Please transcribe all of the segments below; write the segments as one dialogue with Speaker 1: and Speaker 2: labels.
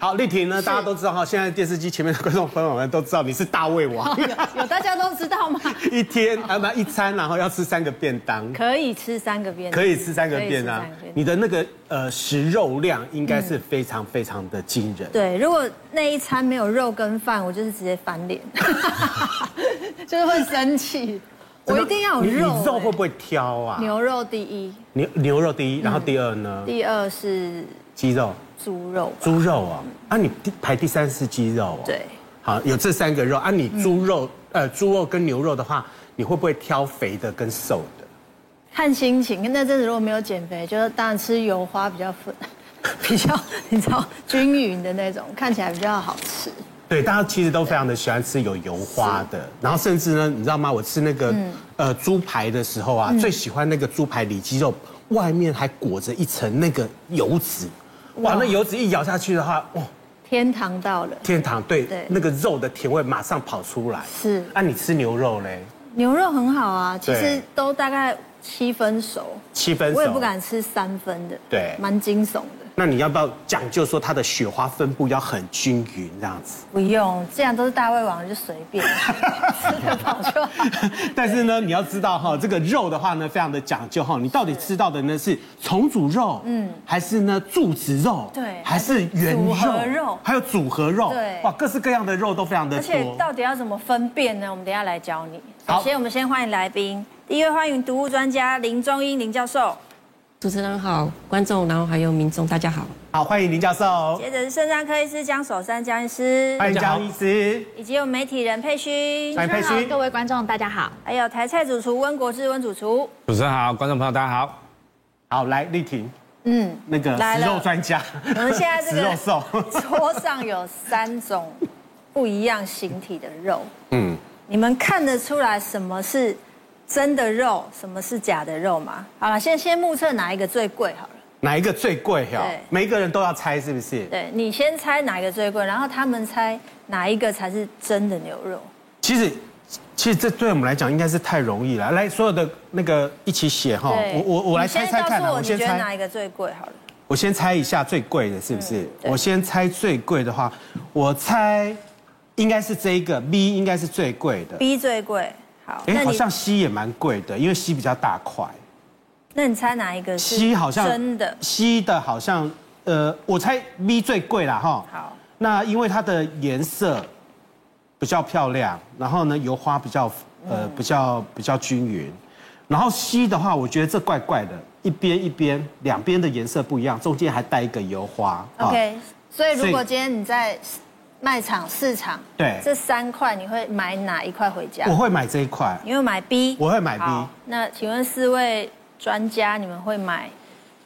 Speaker 1: 好，丽婷呢？大家都知道哈，现在电视机前面的观众朋友们都知道你是大胃 王，
Speaker 2: 有有大家都知道吗？
Speaker 1: 一天啊不一餐，然后要吃三个便当，
Speaker 2: 可以吃三个便当，
Speaker 1: 可以吃三个
Speaker 2: 可以吃
Speaker 1: 便当
Speaker 2: 三个便。当
Speaker 1: 你的那个呃食肉量应该是非常非常的惊人。
Speaker 2: 对，如果那一餐没有肉跟饭，我就是直接翻脸， 就是会生气。我一定要
Speaker 1: 你
Speaker 2: 有
Speaker 1: 你
Speaker 2: 肉，欸
Speaker 1: 肉会不会挑啊？
Speaker 2: 牛嗯肉第一，
Speaker 1: 牛牛肉第一，然后第二呢？
Speaker 2: 第二是
Speaker 1: 鸡肉、
Speaker 2: 猪肉吧。
Speaker 1: 猪肉啊。啊，你第排第三是鸡肉哦。
Speaker 2: 对。
Speaker 1: 好，有这三个肉啊。你猪肉呃猪肉跟牛肉的话，你会不会挑肥的跟瘦的？
Speaker 2: 看心情，那阵子如果没有减肥，就是当然吃油花比较粉， 比较你知道均匀的那种，看起来比较好吃。
Speaker 1: 对，大家其实都非常的喜欢吃有油花的，然后甚至呢，你知道吗？我吃那个、
Speaker 2: 嗯
Speaker 1: 呃猪排的时候啊，最喜欢那个猪排里脊肉外面还裹着一层那个油脂，哇，那油脂一咬下去的话，哇，
Speaker 2: 天堂到了，
Speaker 1: 天堂对
Speaker 2: 对
Speaker 1: 那个肉的甜味马上跑出来。
Speaker 2: 是
Speaker 1: 啊，你吃牛肉嘞，
Speaker 2: 牛肉很好啊，其实
Speaker 1: 对
Speaker 2: 都大概七分熟，
Speaker 1: 七分熟，
Speaker 2: 我也不。敢吃三分的，
Speaker 1: 对
Speaker 2: 蛮惊悚的。
Speaker 1: 那你要不要讲究说它的雪花分布要很均匀这样子？
Speaker 2: 不用，既然都是大胃王，就随 便吃得饱就好。
Speaker 1: 但是呢，你要知道哈，这个肉的话呢，非常的讲究哈。你到底吃到的呢是重组肉，嗯，还是呢柱子肉，
Speaker 2: 对
Speaker 1: 还是圆肉，
Speaker 2: 组合肉
Speaker 1: 还有组合肉，
Speaker 2: 对
Speaker 1: 哇，各式各样的肉都非常的
Speaker 2: 而且
Speaker 1: 多。
Speaker 2: 到底要怎么分辨呢？我们等一下来教你。
Speaker 1: 好
Speaker 2: 首先，我们先欢迎来宾，第一位欢迎毒物专家林中英林教授，
Speaker 3: 主持人好，观众，然后还有民众，大家好。
Speaker 1: 好，欢迎林教授，
Speaker 2: 接着是肾脏科医师江守山江医师，
Speaker 1: 欢迎江医师，
Speaker 2: 以及我们媒体人佩勋，
Speaker 1: 欢迎佩勋。
Speaker 4: 各位观众，大家好。
Speaker 2: 还有台菜主厨温国志温主厨。
Speaker 5: 主持人好，观众朋友大家好。
Speaker 1: 好，来丽婷，
Speaker 2: 嗯，
Speaker 1: 那个
Speaker 2: 来
Speaker 1: 食
Speaker 2: 了
Speaker 1: 肉专家，
Speaker 2: 我们现在这
Speaker 1: 食肉兽，
Speaker 2: 个桌上有三种不一样形体的肉，
Speaker 1: 嗯，
Speaker 2: 你们看得出来什么是真的肉，什么是假的肉吗？好了，先先目测哪一个最贵好了。
Speaker 1: 哪一个最贵哈
Speaker 2: 对？
Speaker 1: 每一个人都要猜是不是？
Speaker 2: 对你先猜哪一个最贵，然后他们猜哪一个才是真的牛肉。
Speaker 1: 其实，其实这对我们来讲应该是太容易了。来，所有的那个一起写哈，
Speaker 2: 对
Speaker 1: 哦我我我来
Speaker 2: 你
Speaker 1: 猜
Speaker 2: 先
Speaker 1: 猜看
Speaker 2: 告
Speaker 1: 啊，
Speaker 2: 诉我你觉得
Speaker 1: 猜
Speaker 2: 哪，一个最贵好了。
Speaker 1: 我先猜一下最贵的是不是？
Speaker 2: 对
Speaker 1: 我先猜最贵的话，我猜应该是这一个 B 应该是最贵的。
Speaker 2: B 最贵，好，
Speaker 1: 哎，好
Speaker 2: 你
Speaker 1: 像 C 也蛮贵的，因为 C 比较大块。
Speaker 2: 那你猜哪一个是
Speaker 1: C 好像
Speaker 2: 真的？
Speaker 1: ，C 的好像呃，我猜 B 最贵啦哈。
Speaker 2: 好，
Speaker 1: 那因为它的颜色比较漂亮，然后呢油花比较
Speaker 2: 嗯
Speaker 1: 呃比较比较均匀，然后 C 的话，我觉得这怪怪的，一边一边两边的颜色不一样，中间还带一个油花。啊
Speaker 2: OK，所以
Speaker 1: 所
Speaker 2: 如
Speaker 1: 以
Speaker 2: 果今天你在卖场、市场，
Speaker 1: 对
Speaker 2: 这三块你会买哪一块回家？
Speaker 1: 我会买这一块，
Speaker 2: 你会买 B，
Speaker 1: 我会买 B
Speaker 2: 好那请问四位专家，你们会买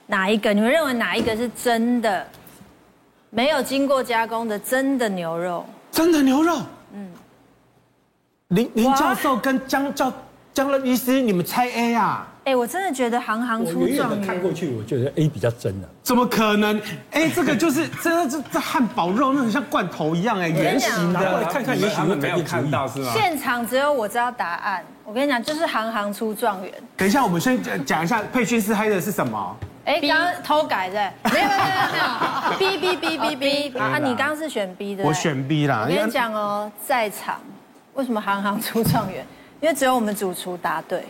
Speaker 2: 哪一个？你们认为哪一个是真的，没有经过加工的真的牛肉？
Speaker 1: 真的牛肉。嗯，林林
Speaker 2: 哇
Speaker 1: 教授跟江教江乐医师，你们猜 A 啊？
Speaker 2: 哎，我真的觉得行行
Speaker 6: 我
Speaker 2: 出
Speaker 6: 远远
Speaker 2: 状
Speaker 6: 的看过
Speaker 2: 元。
Speaker 6: 去，我觉得 A 比较真的、啊
Speaker 1: 怎么可能？哎，这个就是这这这汉堡肉，那很像罐头一样哎，
Speaker 2: 跟
Speaker 1: 圆
Speaker 2: 你
Speaker 1: 形
Speaker 2: 讲
Speaker 1: 的。
Speaker 6: 过来看看也许
Speaker 2: 啊
Speaker 5: 他们
Speaker 6: 会
Speaker 5: 没
Speaker 6: 改变
Speaker 5: 有看到是吗？
Speaker 2: 现场只有我知道答案，我跟你讲，就是行行出状元。
Speaker 1: 等一下，我们先讲讲一下佩君是黑的是什么？
Speaker 2: 哎，
Speaker 4: B
Speaker 2: 刚刚偷改的，
Speaker 4: 没有没有没有没有，B B B B B，
Speaker 2: 啊，你刚刚是选 B 的，
Speaker 1: 我选 B 啦。
Speaker 2: 我跟你，讲哦，在场为什么行行出状元？因为只有我们主厨答对，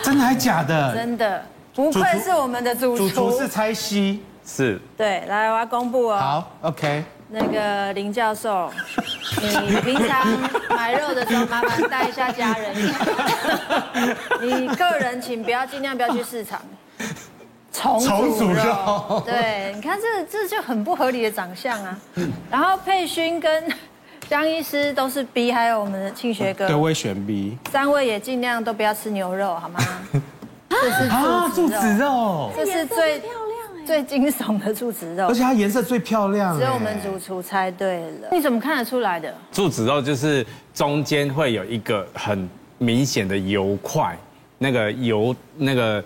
Speaker 1: 真的还假的？
Speaker 2: 真的不
Speaker 1: 主厨
Speaker 2: 愧是我们的主
Speaker 1: 哎主
Speaker 2: 厨。
Speaker 1: 厨是猜 C。
Speaker 5: 是
Speaker 2: 对，来，我要公布哦。
Speaker 1: 好，OK。
Speaker 2: 那个林教授， 你平常买肉的时候，麻烦带一下家人。 你个人请不要尽量不要去市场。重
Speaker 1: 重
Speaker 2: 组
Speaker 1: 组
Speaker 2: 肉，
Speaker 1: 肉
Speaker 2: 对，你看这这就很不合理的长相啊。然后佩勋跟江医师都是 B，还有我们的庆学哥，
Speaker 1: 对，我也选 B。
Speaker 2: 三位也尽量都不要吃牛肉，好 吗？这是
Speaker 1: 啊柱
Speaker 2: 柱子
Speaker 1: 子
Speaker 2: 肉，
Speaker 1: 肉，
Speaker 2: 这是最漂亮、欸最惊悚的柱子肉
Speaker 1: 而，且它颜色最漂亮。哎
Speaker 2: 只有我们主厨猜对了。你怎么看得出来的？
Speaker 5: 柱子肉就是中间会有一个很明显的油块，那个油那个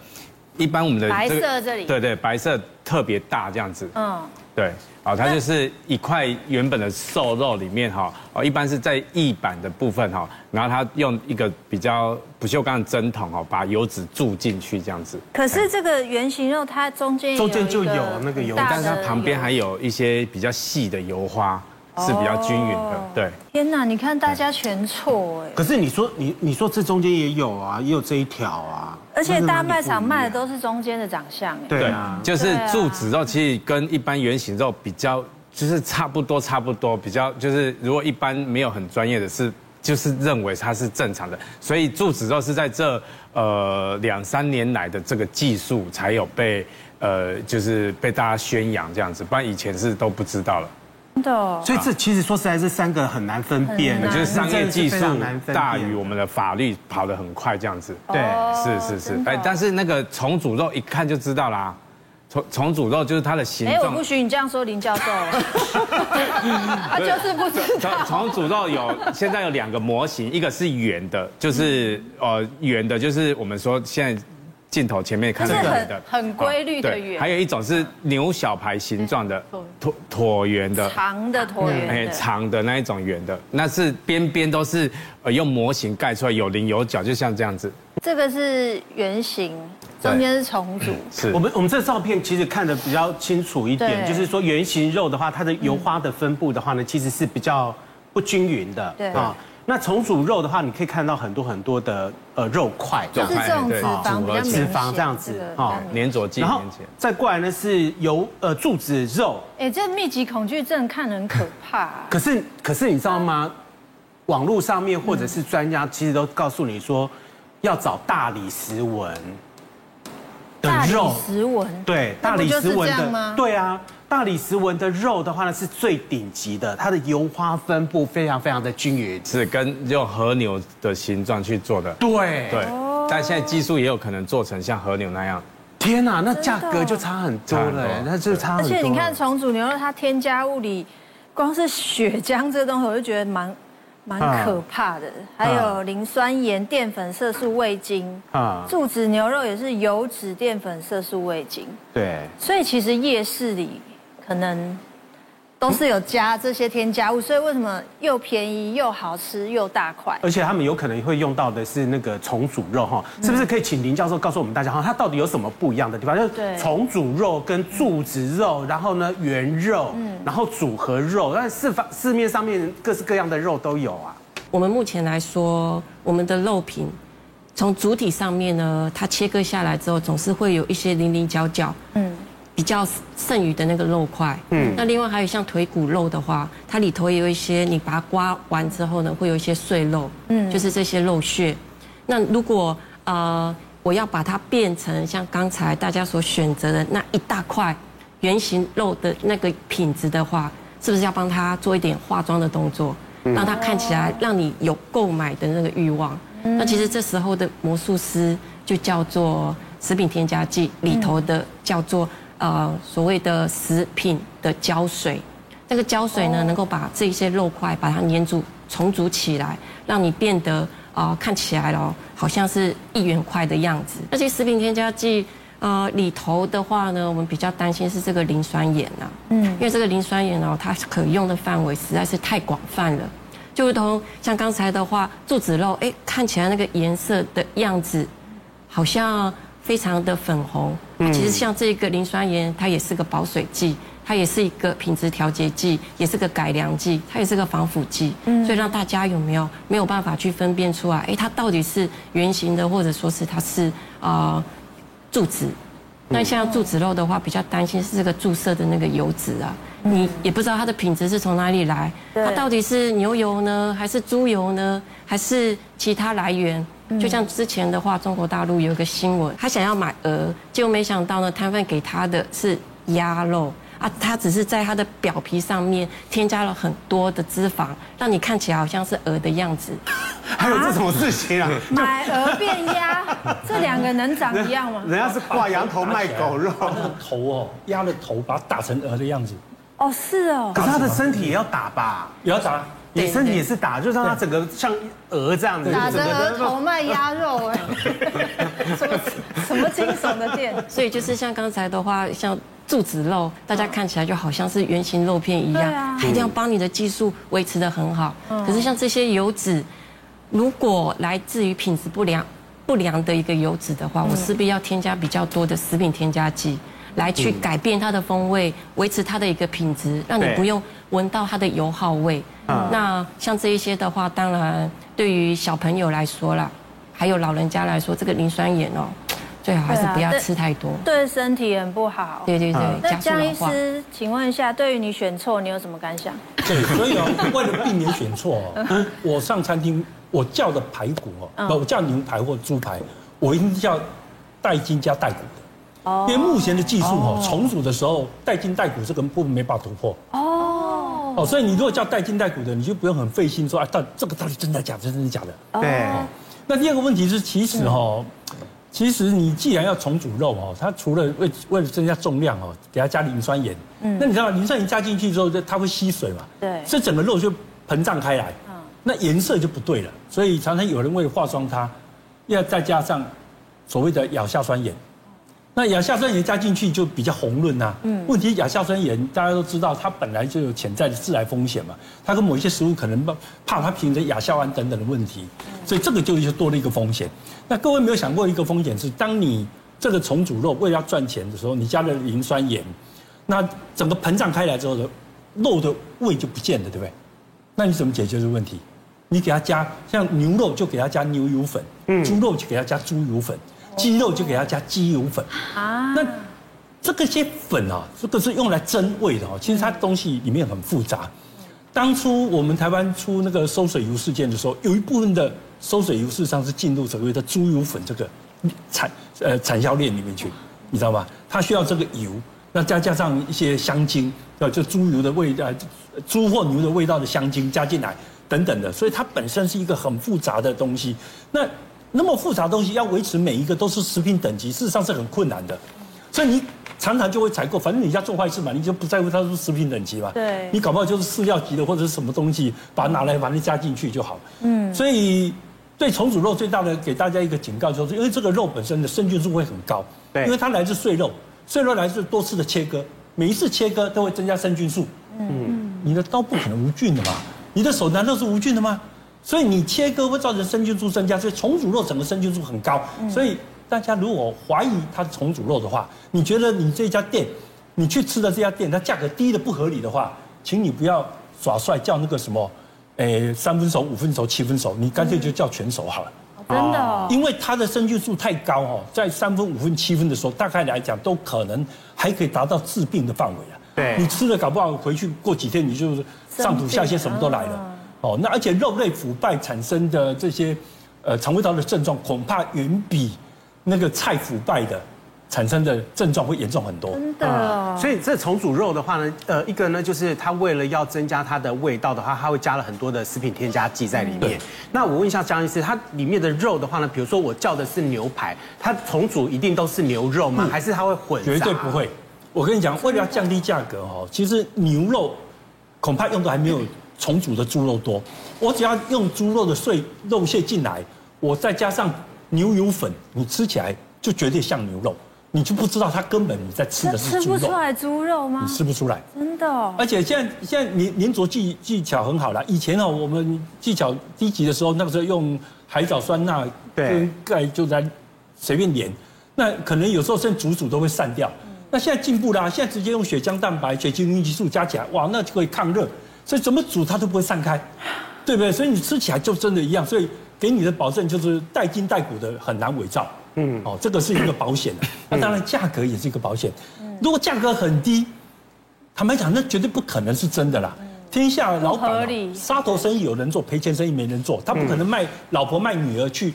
Speaker 5: 一般我们的
Speaker 2: 白色
Speaker 5: 个
Speaker 2: 这里
Speaker 5: 对对，白色特别大这样子。
Speaker 2: 嗯，
Speaker 5: 对，哦，它就是一块原本的瘦肉里面哈，哦，一般是在翼板的部分哈，然后它用一个比较不锈钢的针筒哦，把油脂注进去这样子。
Speaker 2: 可是这个圆形肉它中间
Speaker 1: 中间就
Speaker 2: 一
Speaker 1: 有那个油
Speaker 2: 很大
Speaker 5: 但是它
Speaker 2: 的
Speaker 5: 旁边
Speaker 2: 油
Speaker 5: 还有一些比较细的油花，是比较均匀的
Speaker 2: 哦。
Speaker 5: 对，
Speaker 2: 天哪，你看大家全错哎。
Speaker 1: 可是你说你你说这中间也有啊，也有这一条啊，
Speaker 2: 而且
Speaker 1: 那
Speaker 2: 大
Speaker 1: 哪里
Speaker 2: 卖场
Speaker 1: 不一样
Speaker 2: 卖的都是中间的长相哎，
Speaker 1: 对啊，
Speaker 5: 就是柱子肉其实跟一般圆形肉比较，就是差不多差不多，比较就是如果一般没有很专业的是。就是认为它是正常的，所以柱子肉是在这呃两三年来的这个技术才有被呃就是被大家宣扬这样子，不然以前是都不知道了。
Speaker 2: 真的哦。
Speaker 1: 所以这其实说实在，这三个很难分辨
Speaker 2: 很
Speaker 1: 的，
Speaker 2: 难
Speaker 5: 就是商业技
Speaker 1: 真的是非
Speaker 5: 术
Speaker 1: 常难分辨
Speaker 5: 大于我们的法律跑得很快这样子。
Speaker 1: 对
Speaker 2: 哦
Speaker 5: 是是是
Speaker 2: 真，的
Speaker 5: 哎，但是那个重组肉一看就知道啦，重重组肉就是它的形
Speaker 2: 哎，我
Speaker 5: 状
Speaker 2: 不。许你这样说林教 授，啊，就是不知
Speaker 5: 重
Speaker 2: 道。
Speaker 5: 重组肉有现在有两个模型，一个是圆的，就是
Speaker 2: 嗯
Speaker 5: 呃圆的，就是我们说现在镜头前面看到
Speaker 2: 就是很
Speaker 5: 圆的，哦
Speaker 2: 很规律的
Speaker 5: 对
Speaker 2: 圆
Speaker 5: 还有一种是牛小排形状的椭椭圆的，
Speaker 2: 长的椭圆
Speaker 5: 哎，
Speaker 2: 的，
Speaker 5: 长的那一种圆的，那是边边都是呃用模型盖出来，有棱有角，就像这样子。
Speaker 2: 这个是圆形，
Speaker 5: 对
Speaker 2: 中间是重组。
Speaker 5: 是
Speaker 1: 我们我们这照片其实看得比较清楚一点，
Speaker 2: 对
Speaker 1: 就是说圆形肉的话，它的油花的分布的话呢，其实是比较不均匀的。啊
Speaker 2: 对
Speaker 1: 那重组肉的话，你可以看到很多很多的呃肉块，这
Speaker 2: 就
Speaker 1: 样
Speaker 2: 是这种脂肪比较明显
Speaker 1: 脂肪这样子
Speaker 2: 这个
Speaker 1: 哦
Speaker 2: 比较明
Speaker 5: 哎粘着剂
Speaker 1: 然后
Speaker 5: 粘起来。
Speaker 1: 再过来呢是油呃柱子肉，
Speaker 2: 哎，这密集恐惧症看得很可 怕啊。
Speaker 1: 可是可是你知道吗？网络上面或者是专家其实都告诉你说，要找大理石纹的
Speaker 2: 大理
Speaker 1: 肉，
Speaker 2: 石纹，
Speaker 1: 对，
Speaker 2: 那
Speaker 1: 大
Speaker 2: 不
Speaker 1: 理
Speaker 2: 就是
Speaker 1: 石纹
Speaker 2: 这样吗
Speaker 1: 的，对啊，大理石纹的肉的话呢是最顶级的，它的油花分布非常非常的均匀。
Speaker 5: 是跟用和牛的形状去做的，
Speaker 1: 对
Speaker 5: 对，但现在技术也有可能做成像和牛那样，
Speaker 1: 天哪、那价格就差很多了欸
Speaker 5: 差很，多
Speaker 1: 那就差
Speaker 2: 而
Speaker 1: 很多。
Speaker 2: 且你看，重组牛肉，它添加物里，光是血浆这东西，我就觉得蛮
Speaker 1: 啊
Speaker 2: 蛮可怕的。还有磷酸盐、淀粉、色素、味精。
Speaker 1: 啊，
Speaker 2: 柱子牛肉也是油脂、淀粉、色素、味精，
Speaker 1: 对，
Speaker 2: 所以其实夜市里可能都是有加这些添加物，所以为什么又便宜又好吃又大块？
Speaker 1: 而且他们有可能会用到的是那个重组肉哈，
Speaker 2: 嗯
Speaker 1: 是不是可以请林教授告诉我们大家哈，它到底有什么不一样的地方？就是
Speaker 2: 对
Speaker 1: 重组肉跟柱子肉，然后呢圆肉，
Speaker 2: 嗯
Speaker 1: 然后组合肉，但市方市面上面各式各样的肉都有啊。
Speaker 3: 我们目前来说，我们的肉品从主体上面呢，它切割下来之后，总是会有一些零零角角，嗯，比较剩余的那个肉块，嗯。那另外还有像腿骨肉的话，它里头也有一些，你把它刮完之后呢，会有一些碎肉，嗯，就是这些肉屑。那如果呃，我要把它变成像刚才大家所选择的那一大块圆形肉的那个品质的话，是不是要帮它做一点化妆的动作，让它看起来让你有购买的那个欲望？那其实这时候的魔术师就叫做食品添加剂里头的叫做呃所谓的食品的胶水。那个胶水呢，能够把这些肉块把它粘住、重组起来，让你变得啊、呃看起来哦，好像是一元块的样子。那些食品添加剂。呃，里头的话呢，我们比较担心是这个磷酸盐啊，嗯，因为这个磷酸盐哦，它可用的范围实在是太广泛了，就如同像刚才的话，柱子肉，哎，看起来那个颜色的样子，好像非常的粉红。其实像这个磷酸盐，它也是个保水剂，它也是一个品质调节剂，也是个改良剂，它也是个防腐剂。所以让大家有没有没有办法去分辨出来，哎，它到底是圆形的，或者说是它是啊柱子。那像柱子肉的话，比较担心是这个注射的那个油脂啊，你也不知道它的品质是从哪里来，
Speaker 2: 对
Speaker 3: 它到底是牛油呢，还是猪油呢，还是其他来源？就像之前的话，中国大陆有一个新闻，他想要买鹅，结果没想到呢，摊贩给他的是鸭肉啊，他只是在它的表皮上面添加了很多的脂肪，让你看起来好像是鹅的样子。
Speaker 1: 还有这种事情啊？
Speaker 2: 买鹅变鸭，这两个能长一样吗？
Speaker 1: 人家是挂羊头卖狗肉，
Speaker 6: 把那个头哦，压了头，把它打成鹅的样子，
Speaker 2: 哦，是 哦
Speaker 1: 可。是他的身体也要打吧？
Speaker 6: 也要打。
Speaker 1: 你身体也是打，就让他整个像鹅这样子，
Speaker 2: 打
Speaker 1: 整
Speaker 2: 着
Speaker 1: 个
Speaker 2: 额头卖鸭肉啊哎，什么什么惊悚的店？
Speaker 3: 所以就是像刚才的话，像柱子肉，大家看起来就好像是圆形肉片一样，
Speaker 2: 对啊嗯
Speaker 3: 它一定要帮你的技术维持的很好。可是像这些油脂，如果来自于品质不良、不良的一个油脂的
Speaker 2: 嗯
Speaker 3: 话，我势必要添加比较多的食品添加剂，来去改变它的风味，维持它的一个品质，让你
Speaker 1: 对
Speaker 3: 不用闻到它的油耗味。
Speaker 2: 嗯
Speaker 3: 那像这一些的话，当然对于小朋友来说啦，还有老人家来说，这个磷酸盐哦，最好还是不要
Speaker 2: 对啊
Speaker 3: 吃太多。
Speaker 2: 对身体很不好。
Speaker 3: 对对对，
Speaker 2: 那
Speaker 3: 加速
Speaker 2: 江
Speaker 3: 老
Speaker 2: 医
Speaker 3: 化。
Speaker 2: 师，请问一下，对于你选错，你有什么感想？
Speaker 6: 对，所以哦，为了避免选错哦，我上餐厅我叫的排骨哦，不，我叫牛排或猪排，我一定叫带筋加带骨的。哦，因为目前的技术哦，重组的时候带筋带骨这个部分没办法突破。哦，哦，所以你如果叫带筋带骨的，你就不用很费心说啊，到这个到底真的假的，真的假的。
Speaker 2: 哦
Speaker 1: 对，
Speaker 6: 那第二个问题是，其实哈、哦，其实你既然要重组肉哦，它除了为为了增加重量哦，给它加磷酸盐，嗯，那你知道磷酸盐加进去之后，它会吸水嘛，
Speaker 2: 对
Speaker 6: 所以整个肉就膨胀开来，嗯，那颜色就不对了，所以常常有人为了化妆它，要再加上所谓的亚硝酸盐。那亚硝酸盐加进去就比较红润呐、嗯，问题亚硝酸盐大家都知道，它本来就有潜在的致癌风险嘛，它跟某一些食物可能怕怕它凭着亚硝胺等等的问题，所以这个就就多了一个风险。那各位没有想过一个风险是，当你这个重组肉为了要赚钱的时候，你加了磷酸盐，那整个膨胀开来之后的肉的味就不见了，对不对？那你怎么解决这个问题？你给它加像牛肉就给它加牛油粉，猪肉就给它加猪油粉，鸡肉就给它加鸡油粉啊。那这个些粉啊，这个是用来增味的哦。其实它东西里面很复杂。当初我们台湾出那个收水油事件的时候，有一部分的收水油事实上是进入所谓的猪油粉这个产呃产销链里面去，你知道吗？它需要这个油，那再加上一些香精，呃，就猪油的味道、呃猪或牛的味道的香精加进来等等的，所以它本身是一个很复杂的东西。那那么复杂的东西要维持每一个都是食品等级，事实上是很困难的。所以你常常就会采购，反正你家做坏事嘛，你就不在乎它是不是食品等级嘛。
Speaker 2: 对
Speaker 6: 你搞不好就是饲料级的或者是什么东西，把它拿来把它加进去就好。嗯，所以对重组肉最大的给大家一个警告，就是因为这个肉本身的生菌数会很高，
Speaker 1: 对
Speaker 6: 因为它来自碎肉，碎肉来自多次的切割，每一次切割都会增加生菌数。嗯，你的刀不可能无菌的嘛，你的手难道是无菌的吗？所以你切割会造成生菌数增加，所以重组肉整个生菌数很高。所以大家如果怀疑它是重组肉的话，你觉得你这家店，你去吃的这家店，它价格低的不合理的话，请你不要耍帅叫那个什么，诶三分熟、五分熟、七分熟，你干脆就叫全熟好了。
Speaker 2: 真的哦，
Speaker 6: 因为它的生菌数太高哦，在三分、五分、七分的时候，大概来讲都可能还可以达到治病的范围啊。
Speaker 1: 对
Speaker 6: 你吃了搞不好回去过几天你就是上吐下泻什么都来了。哦，那而且肉类腐败产生的这些呃肠胃道的症状，恐怕远比那个菜腐败的产生的症状会严重很多。
Speaker 2: 真的哦。
Speaker 1: 所以这重组肉的话呢，呃，一个呢就是它为了要增加它的味道的话，它会加了很多的食品添加剂在里面。
Speaker 2: 嗯
Speaker 1: 那我问一下江医师，它里面的肉的话呢，比如说我叫的是牛排，它重组一定都是牛肉吗？
Speaker 2: 嗯
Speaker 1: 还是它会混杂？
Speaker 6: 绝对不。会。我跟你讲，为了要降低价格哦，其实牛肉恐怕用的还没有重组的猪肉多。我只要用猪肉的碎肉屑进来，我再加上牛油粉，你吃起来就绝对像牛肉，你就不知道它根本你在吃
Speaker 2: 那
Speaker 6: 的
Speaker 2: 吃
Speaker 6: 是猪
Speaker 2: 不出
Speaker 6: 肉，
Speaker 2: 来猪肉吗
Speaker 6: 你？吃不出来。
Speaker 2: 真的哦，
Speaker 6: 而且现在现在粘粘着技技巧很好了，以前哦我们技巧低级的时候，那个时候用海藻酸钠
Speaker 1: 对
Speaker 6: 跟钙就在随便粘，那可能有时候甚至煮煮都会散掉。那现在进步啦，现在直接用血浆蛋白、血清激素加起来，哇，那就可以抗热，所以怎么煮它都不会散开，对不对？所以你吃起来就真的一样，所以给你的保证就是带筋带骨的很难伪造。嗯，哦，这个是一个保险 啊那当然价格也是一个保险。
Speaker 2: 嗯
Speaker 6: 如果价格很低，坦白讲，那绝对不可能是真的啦。天下老
Speaker 2: 嗯
Speaker 6: 板
Speaker 2: 不合
Speaker 6: 哦、
Speaker 2: 理嗯
Speaker 6: 杀头生意有人做，赔钱生意没人做，他不可能卖老婆卖女儿去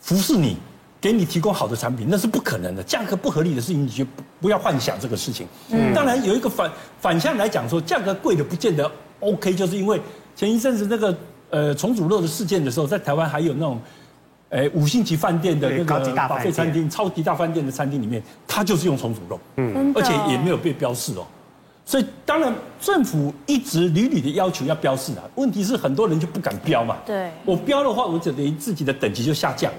Speaker 6: 服侍你，给你提供好的产品，那是不可能的。价格不合理的事情，你就不不要幻想这个事情。
Speaker 2: 嗯
Speaker 6: 当然有一个反反向来讲说，价格贵的不见得 OK，就是因为前一阵子那个呃重组肉的事件的时候，在台湾还有那种。哎，五星级饭店的那
Speaker 1: 对
Speaker 6: 个
Speaker 1: 高级大饭
Speaker 6: buffet
Speaker 1: 店
Speaker 6: 餐厅，超级大饭店的餐厅里面，它就是用重组肉。
Speaker 1: 嗯
Speaker 2: 真的
Speaker 6: 而且
Speaker 2: 哦
Speaker 6: 也没有被标示哦。所以当然，政府一直屡屡的要求要标示啊，问题是很多人就不敢标嘛。
Speaker 2: 对
Speaker 6: 我标的话，我就等于自己的等级就下降。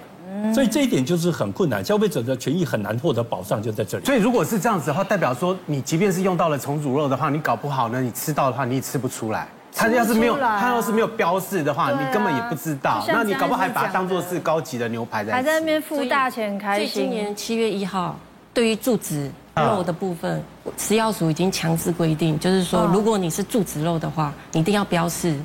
Speaker 6: 所以这一点就是很困难，消费者的权益很难获得保障，就在这里。
Speaker 1: 所以如果是这样子的话，代表说你即便是用到了重组肉的话，你搞不好呢，你吃到的话你也吃不出来。它要是没有，
Speaker 2: 吃不出来啊
Speaker 1: 它要是没有标示的话，
Speaker 2: 对啊
Speaker 1: 你根本也不知道
Speaker 2: 就。像
Speaker 1: 那你搞不好还
Speaker 2: 江医师
Speaker 1: 把它当做
Speaker 2: 讲的
Speaker 1: 是高级的牛排在
Speaker 2: 还
Speaker 1: 吃。
Speaker 2: 在那边付大钱开
Speaker 3: 所以今
Speaker 2: 心。
Speaker 3: 年七月一号，对于住址肉的部分，食药署已经强制规定，就是说，如果你是住址肉的话，你一定要标示。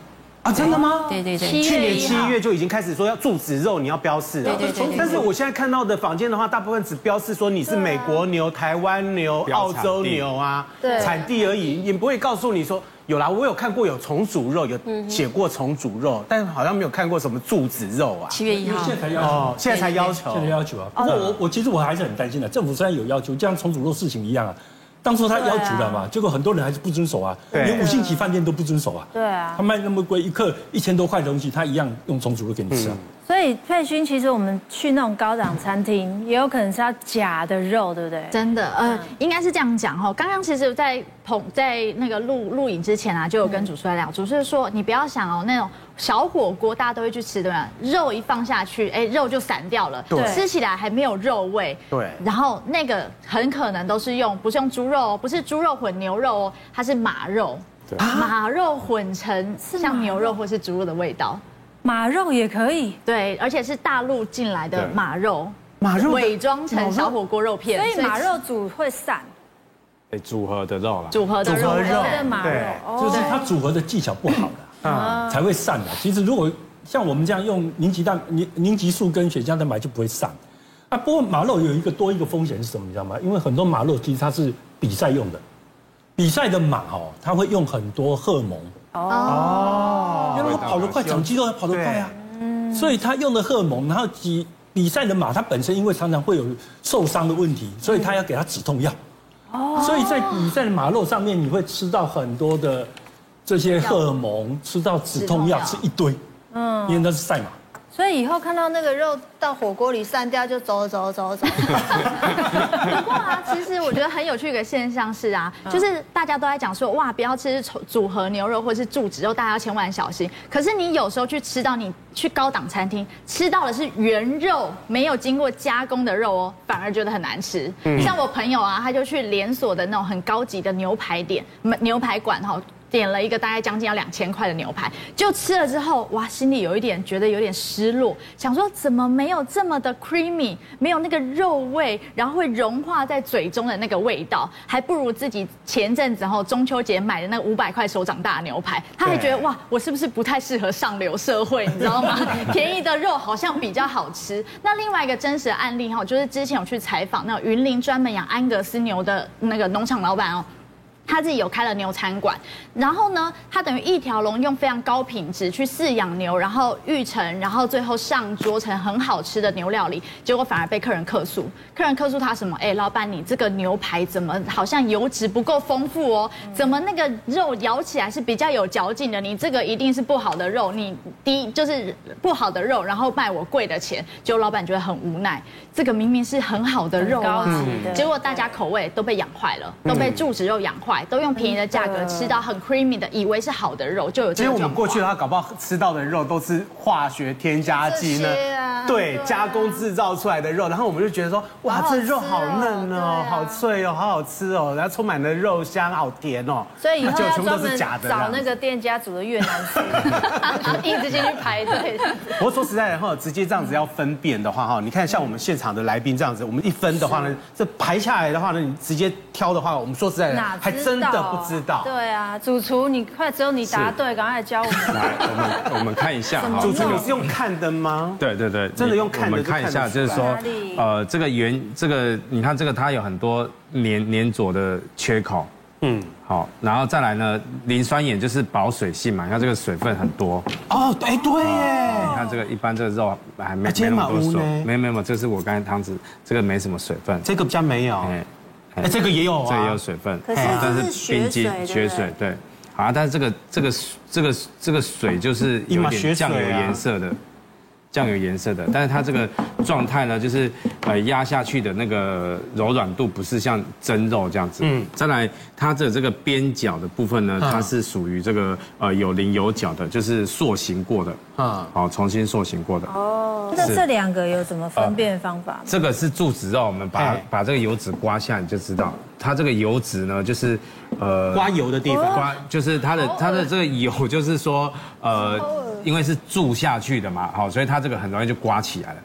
Speaker 1: 啊，真的吗？
Speaker 3: 对对对，
Speaker 2: 七
Speaker 1: 去
Speaker 2: 月
Speaker 1: 年
Speaker 2: 一
Speaker 1: 七
Speaker 2: 号
Speaker 1: 月就已经开始说要住址肉，你要标示了。
Speaker 3: 对对对对对
Speaker 1: 但是我现在看到的坊间的话，大部分只标示说你是美国牛、台湾牛、
Speaker 5: 标
Speaker 1: 澳
Speaker 5: 产地
Speaker 1: 洲牛啊，
Speaker 2: 对
Speaker 1: 产地而已，也不会告诉你说有啦。我有看过有重组肉，有写过重组肉，但好像没有看过什么住址肉啊。
Speaker 3: 七月一
Speaker 6: 因为
Speaker 3: 号
Speaker 6: 现。在才要求
Speaker 1: 哦，现在才要求
Speaker 6: 这个要求啊。不过我我其实我还是很担心的，政府虽然有要求，就像重组肉事情一样啊，当初他要求了嘛，结果很多人还是不遵守啊，
Speaker 1: 对
Speaker 6: 连五星级饭店都不遵守啊。
Speaker 2: 对啊
Speaker 6: 他卖那么贵，一克一千多块的东西，他一样用重组肉给你吃啊。
Speaker 2: 所以佩勋，其实我们去那种高档餐厅，也有可能是它假的肉，对不对？
Speaker 4: 真的，呃，应该是这样讲哈。刚刚其实，在捧在那个录录影之前啊，就有跟主持人聊，主持人说你不要想哦，那种小火锅大家都会去吃，对吧？肉一放下去，哎，肉就散掉了，
Speaker 2: 对
Speaker 4: 吃起来还没有肉味，
Speaker 1: 对
Speaker 4: 然后那个很可能都是用不是用猪肉哦，不是猪肉混牛肉哦，它是马肉，马肉混成像牛肉或是猪肉的味道，
Speaker 2: 马肉也可以。
Speaker 4: 对，而且是大陆进来的
Speaker 5: 对
Speaker 4: 马肉。
Speaker 1: 马肉的
Speaker 4: 伪装成小火锅肉片，
Speaker 2: 所以马肉煮会散，
Speaker 5: 对组合的肉啦。
Speaker 4: 组合的肉
Speaker 1: 组合哦肉
Speaker 2: 对马肉
Speaker 1: 对
Speaker 6: 就
Speaker 2: 哦，
Speaker 6: 是它组合的技巧不好了，啊，才会散的。其实如果像我们这样用凝集蛋、凝凝集素跟血浆蛋白就不会散。啊，不过马肉有一个多一个风险是什么，你知道吗？因为很多马肉其实它是比赛用的，比赛的马哦，它会用很多荷尔蒙，
Speaker 1: 哦
Speaker 6: 因为它跑得快，长肌肉它跑得快啊，所以它用的荷尔蒙，然后比比赛的马它本身因为常常会有受伤的问题，所以它要给它止痛药。所以在比赛的马肉上面，你会吃到很多的这些荷尔蒙，吃到止痛药，吃
Speaker 4: 止痛药
Speaker 6: 一堆，嗯，因为那是赛马。
Speaker 2: 所以以后看到那个肉到火锅里散掉，就走走走走。
Speaker 4: 不过啊，其实我觉得很有趣的一个现象是啊，
Speaker 1: 嗯
Speaker 4: 就是大家都在讲说哇，不要吃组组合牛肉或是柱子肉，大家要千万小心。可是你有时候去吃到你去高档餐厅吃到的是原肉，没有经过加工的肉哦，反而觉得很难吃。
Speaker 1: 嗯
Speaker 4: 像我朋友啊，他就去连锁的那种很高级的牛排店、牛排馆哈、点了一个大概将近要两千块的牛排，就吃了之后，哇，心里有一点觉得有点失落，想说怎么没有这么的 creamy，没有那个肉味，然后会融化在嘴中的那个味道，还不如自己前阵子后中秋节买的那五百块手掌大的牛排，他还觉得哇，我是不是不太适合上流社会，你知道吗？ 便宜的肉好像比较好吃。那另外一个真实的案例哈，就是之前有去采访那种云林专门养安格斯牛的那个农场老板哦，他自己有开了牛餐馆，然后呢，他等于一条龙用非常高品质去饲养牛，然后育成，然后最后上桌成很好吃的牛料理，结果反而被客人客诉。客人客诉他什么？哎，老板，你这个牛排怎么好像油脂不够丰富哦？怎么那个肉咬起来是比较有嚼劲的？你这个一定是不好的肉，你低就是不好的肉，然后卖我贵的钱，结果老板觉得很无奈，这个明明是很好的肉啊
Speaker 2: 很高级的，
Speaker 4: 结果大家口味都被养坏了，
Speaker 1: 嗯
Speaker 4: 都被注脂肉养坏，都用便宜的价
Speaker 2: 嗯
Speaker 4: 格吃到很 creamy 的，以为是好的肉，就有
Speaker 1: 其
Speaker 4: 这
Speaker 1: 实
Speaker 4: 种
Speaker 1: 我
Speaker 4: 状
Speaker 1: 们
Speaker 4: 况。
Speaker 1: 过去的 话，搞不好吃到的肉都是化学添加剂呢
Speaker 2: 这些啊，
Speaker 1: 对，加工制造出来的肉，然后我们就觉得说，哇，
Speaker 2: 好好
Speaker 1: 这
Speaker 2: 吃哦
Speaker 1: 肉好嫩哦
Speaker 2: 对啊，
Speaker 1: 好脆哦，好好吃哦，然后充满了肉香，好甜哦，
Speaker 2: 所以以后
Speaker 1: 就
Speaker 2: 要
Speaker 1: 全部
Speaker 2: 专
Speaker 1: 都
Speaker 2: 门
Speaker 1: 是假的
Speaker 2: 找
Speaker 1: 啦。
Speaker 2: 那个店家煮的越南吃， 一直进去排 队。
Speaker 1: 不过说实在的哈，直接这样子要分辨的话
Speaker 2: 嗯
Speaker 1: 哈，你看像我们现场的来宾这样子，我们一分的话呢，这排下来的话呢，你直接挑的话，我们说实在的
Speaker 2: 哪，知道
Speaker 1: 还真的不知道。
Speaker 2: 对啊，主厨你快，只有你答对，赶快来教我们。
Speaker 5: 来，我们我们看一下哈
Speaker 1: 主持人，你是用看的吗？
Speaker 5: 对对对，
Speaker 1: 真的用看的
Speaker 5: 我们
Speaker 1: 就看
Speaker 5: 看
Speaker 1: 得
Speaker 5: 一下，
Speaker 1: 出
Speaker 5: 就
Speaker 1: 来
Speaker 5: 是说
Speaker 2: 哪里，
Speaker 5: 呃，这个圆，这个你看这个它有很多粘粘着的缺口，嗯，好，然后再来呢，磷酸盐就是保水性嘛，你看这个水分很多，
Speaker 1: 哦，哎，对耶，
Speaker 5: 你看这个一般这个肉还没
Speaker 1: 啊
Speaker 5: 没
Speaker 1: 今
Speaker 5: 那
Speaker 1: 天
Speaker 5: 么
Speaker 1: 马
Speaker 5: 多
Speaker 1: 乌
Speaker 5: 水
Speaker 1: 呢，
Speaker 5: 没没有，这是我刚才汤汁，这个没什么水分，
Speaker 1: 这个比较没有，
Speaker 5: 哎，
Speaker 1: 哎，这个也有
Speaker 5: 这
Speaker 1: 啊，
Speaker 5: 也有水分，
Speaker 2: 可是
Speaker 5: 好
Speaker 2: 这
Speaker 5: 但
Speaker 2: 是血
Speaker 5: 冰晶
Speaker 2: 水对
Speaker 5: 血
Speaker 2: 不
Speaker 5: 水对。好啊，但是这个这个这个这个水就是
Speaker 1: 哦一
Speaker 5: 有
Speaker 1: 码
Speaker 5: 点
Speaker 1: 血水
Speaker 5: 酱油
Speaker 1: 啊
Speaker 5: 颜色的，酱油颜色的，但是它这个状态呢，就是呃压下去的那个柔软度不是像蒸肉这样子。嗯，再来它的这个边角的部分呢，
Speaker 1: 嗯
Speaker 5: 它是属于这个呃有棱有角的，就是塑形过的。
Speaker 7: 嗯
Speaker 5: 嗯，好，重新塑形过的。
Speaker 2: 那这两个有什么分辨方法？
Speaker 5: 这个是柱子肉，我们把
Speaker 7: 哎
Speaker 5: 把这个油脂刮下，你就知道它这个油脂呢，就是呃
Speaker 7: 刮油的地方。
Speaker 5: 刮就是它的它的这个油，就是说呃，因为是注下去的嘛，好，所以它这个很容易就刮起来了。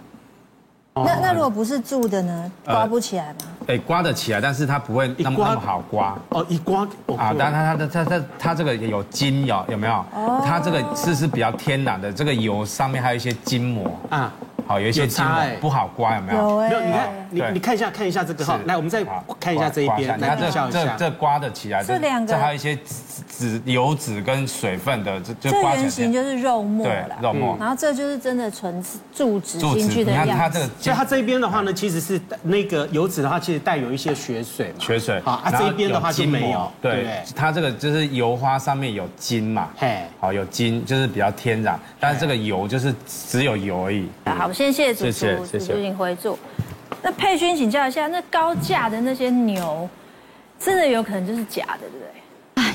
Speaker 1: 哦
Speaker 8: 那那如果不是住的呢？
Speaker 5: 呃
Speaker 8: 刮不起来吗？
Speaker 5: 哎，刮得起来，但是它不会那么
Speaker 7: 刮
Speaker 5: 那么好刮。
Speaker 7: 哦，一刮哦
Speaker 5: 啊，但它它的它它它这个有筋有有没有？
Speaker 7: 哦
Speaker 5: 它这个是是比较天然的，这个油上面还有一些筋膜，
Speaker 7: 啊，
Speaker 5: 好有一些
Speaker 7: 有
Speaker 5: 筋
Speaker 7: 差
Speaker 5: 膜
Speaker 7: 哎
Speaker 5: 不好刮，有没有？
Speaker 8: 有哎、
Speaker 7: 没有，你看你
Speaker 5: 对
Speaker 7: 你看一下看一下这个哈
Speaker 5: 是，
Speaker 7: 来我们再
Speaker 5: 好
Speaker 7: 看一下这一
Speaker 5: 刮
Speaker 7: 边，
Speaker 5: 你
Speaker 7: 来
Speaker 5: 看
Speaker 7: 比较
Speaker 5: 这
Speaker 7: 一
Speaker 5: 这
Speaker 7: 下。
Speaker 5: 这刮得起来，
Speaker 8: 这两个
Speaker 5: 这还有一些脂脂油脂跟水分的，这
Speaker 8: 这
Speaker 5: 这刮起
Speaker 8: 圆
Speaker 5: 来
Speaker 8: 形就是肉末
Speaker 5: 对
Speaker 8: 啦，
Speaker 5: 肉末
Speaker 8: 然后这就是真的纯住植
Speaker 5: 柱
Speaker 8: 进
Speaker 5: 子，
Speaker 8: 去的
Speaker 5: 你看它
Speaker 8: 样
Speaker 5: 这
Speaker 8: 子
Speaker 5: 个。
Speaker 7: 所以它这边的话呢，其实是那个油脂的话，其实带有一些血水嘛。
Speaker 5: 缺水
Speaker 7: 好啊，
Speaker 5: 然后
Speaker 7: 这边的话就
Speaker 5: 筋膜
Speaker 7: 没有，对不
Speaker 5: 对
Speaker 7: 对，
Speaker 5: 它这个就是油花上面有筋嘛，
Speaker 7: 嘿
Speaker 5: 好有筋就是比较天然，但是这个油就是只有油而已。
Speaker 2: 好，谢谢主厨，
Speaker 5: 谢谢谢
Speaker 2: 主
Speaker 5: 谢
Speaker 2: 厨请回座。那佩君请教一下，那高价的那些牛，真的有可能就是假的，对不对？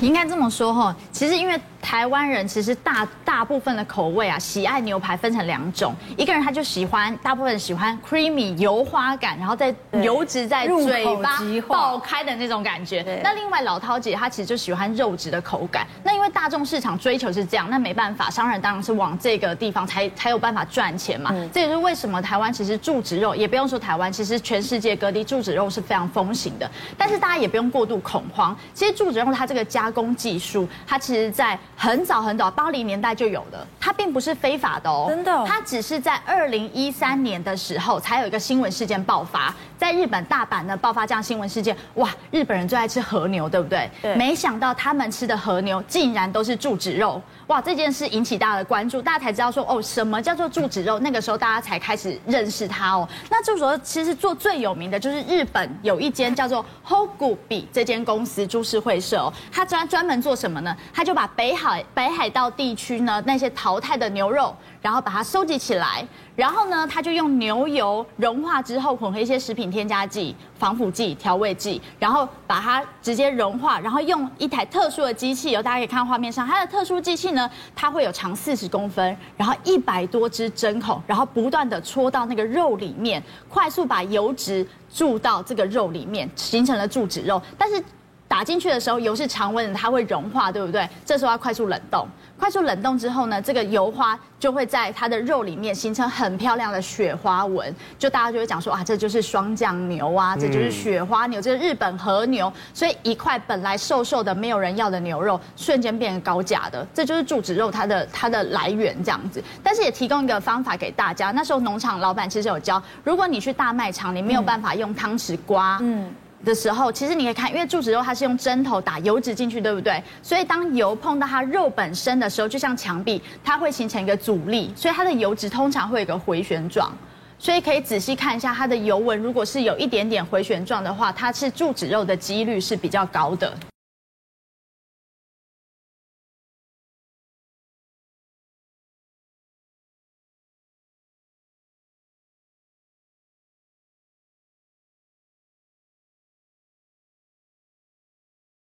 Speaker 4: 应该这么说哈，其实因为台湾人其实大大部分的口味啊，喜爱牛排分成两种，一个人他就喜欢，大部分人喜欢 creamy 油花感，然后再油脂在
Speaker 2: 入口
Speaker 4: 嘴巴
Speaker 2: 即化
Speaker 4: 爆开的那种感觉
Speaker 2: 对。
Speaker 4: 那另外老饕姐她其实就喜欢肉质的口感。那因为大众市场追求是这样，那没办法，商人当然是往这个地方才才有办法赚钱嘛。这也是为什么台湾其实注植肉，也不用说台湾，其实全世界各地注植肉是非常风行的。但是大家也不用过度恐慌，其实注植肉它这个加工技术，它其实在很早很早八零年代就有了，它并不是非法的哦，
Speaker 2: 真的哦
Speaker 4: 它它只是在二零一三年的时候才有一个新闻事件爆发，在日本大阪呢爆发这样新闻事件，哇，日本人最爱吃和牛，对不对？
Speaker 2: 对
Speaker 4: 没想到他们吃的和牛竟然都是注脂肉，哇，这件事引起大家的关注，大家才知道说哦，什么叫做注脂肉？那个时候大家才开始认识它哦。那注脂肉其实做最有名的就是日本有一间叫做 Hogubi 这间公司株式会社哦，它专专门做什么呢？它就把北海北海道地区呢那些淘汰的牛肉。然后把它收集起来，然后呢，它就用牛油融化之后，混合一些食品添加剂、防腐剂、调味剂，然后把它直接融化，然后用一台特殊的机器，有大家可以看到画面上，它的特殊机器呢，它会有长四十公分，然后一百多只针孔，然后不断的戳到那个肉里面，快速把油脂注到这个肉里面，形成了注脂肉，但是。打进去的时候，油是常温的，它会融化，对不对？这时候要快速冷冻，快速冷冻之后呢，这个油花就会在它的肉里面形成很漂亮的雪花纹，就大家就会讲说啊，这就是双酱牛啊，这就是雪花牛，这是日本和牛。所以一块本来瘦瘦的、没有人要的牛肉，瞬间变成高价的，这就是注脂肉它的它的来源这样子。但是也提供一个方法给大家，那时候农场老板其实有教，如果你去大卖场，你没有办法用汤匙刮，嗯。的时候，其实你可以看，因为注脂肉它是用针头打油脂进去，对不对？所以当油碰到它肉本身的时候，就像墙壁，它会形成一个阻力，所以它的油脂通常会有一个回旋状。所以可以仔细看一下它的油纹，如果是有一点点回旋状的话，它是注脂肉的几率是比较高的。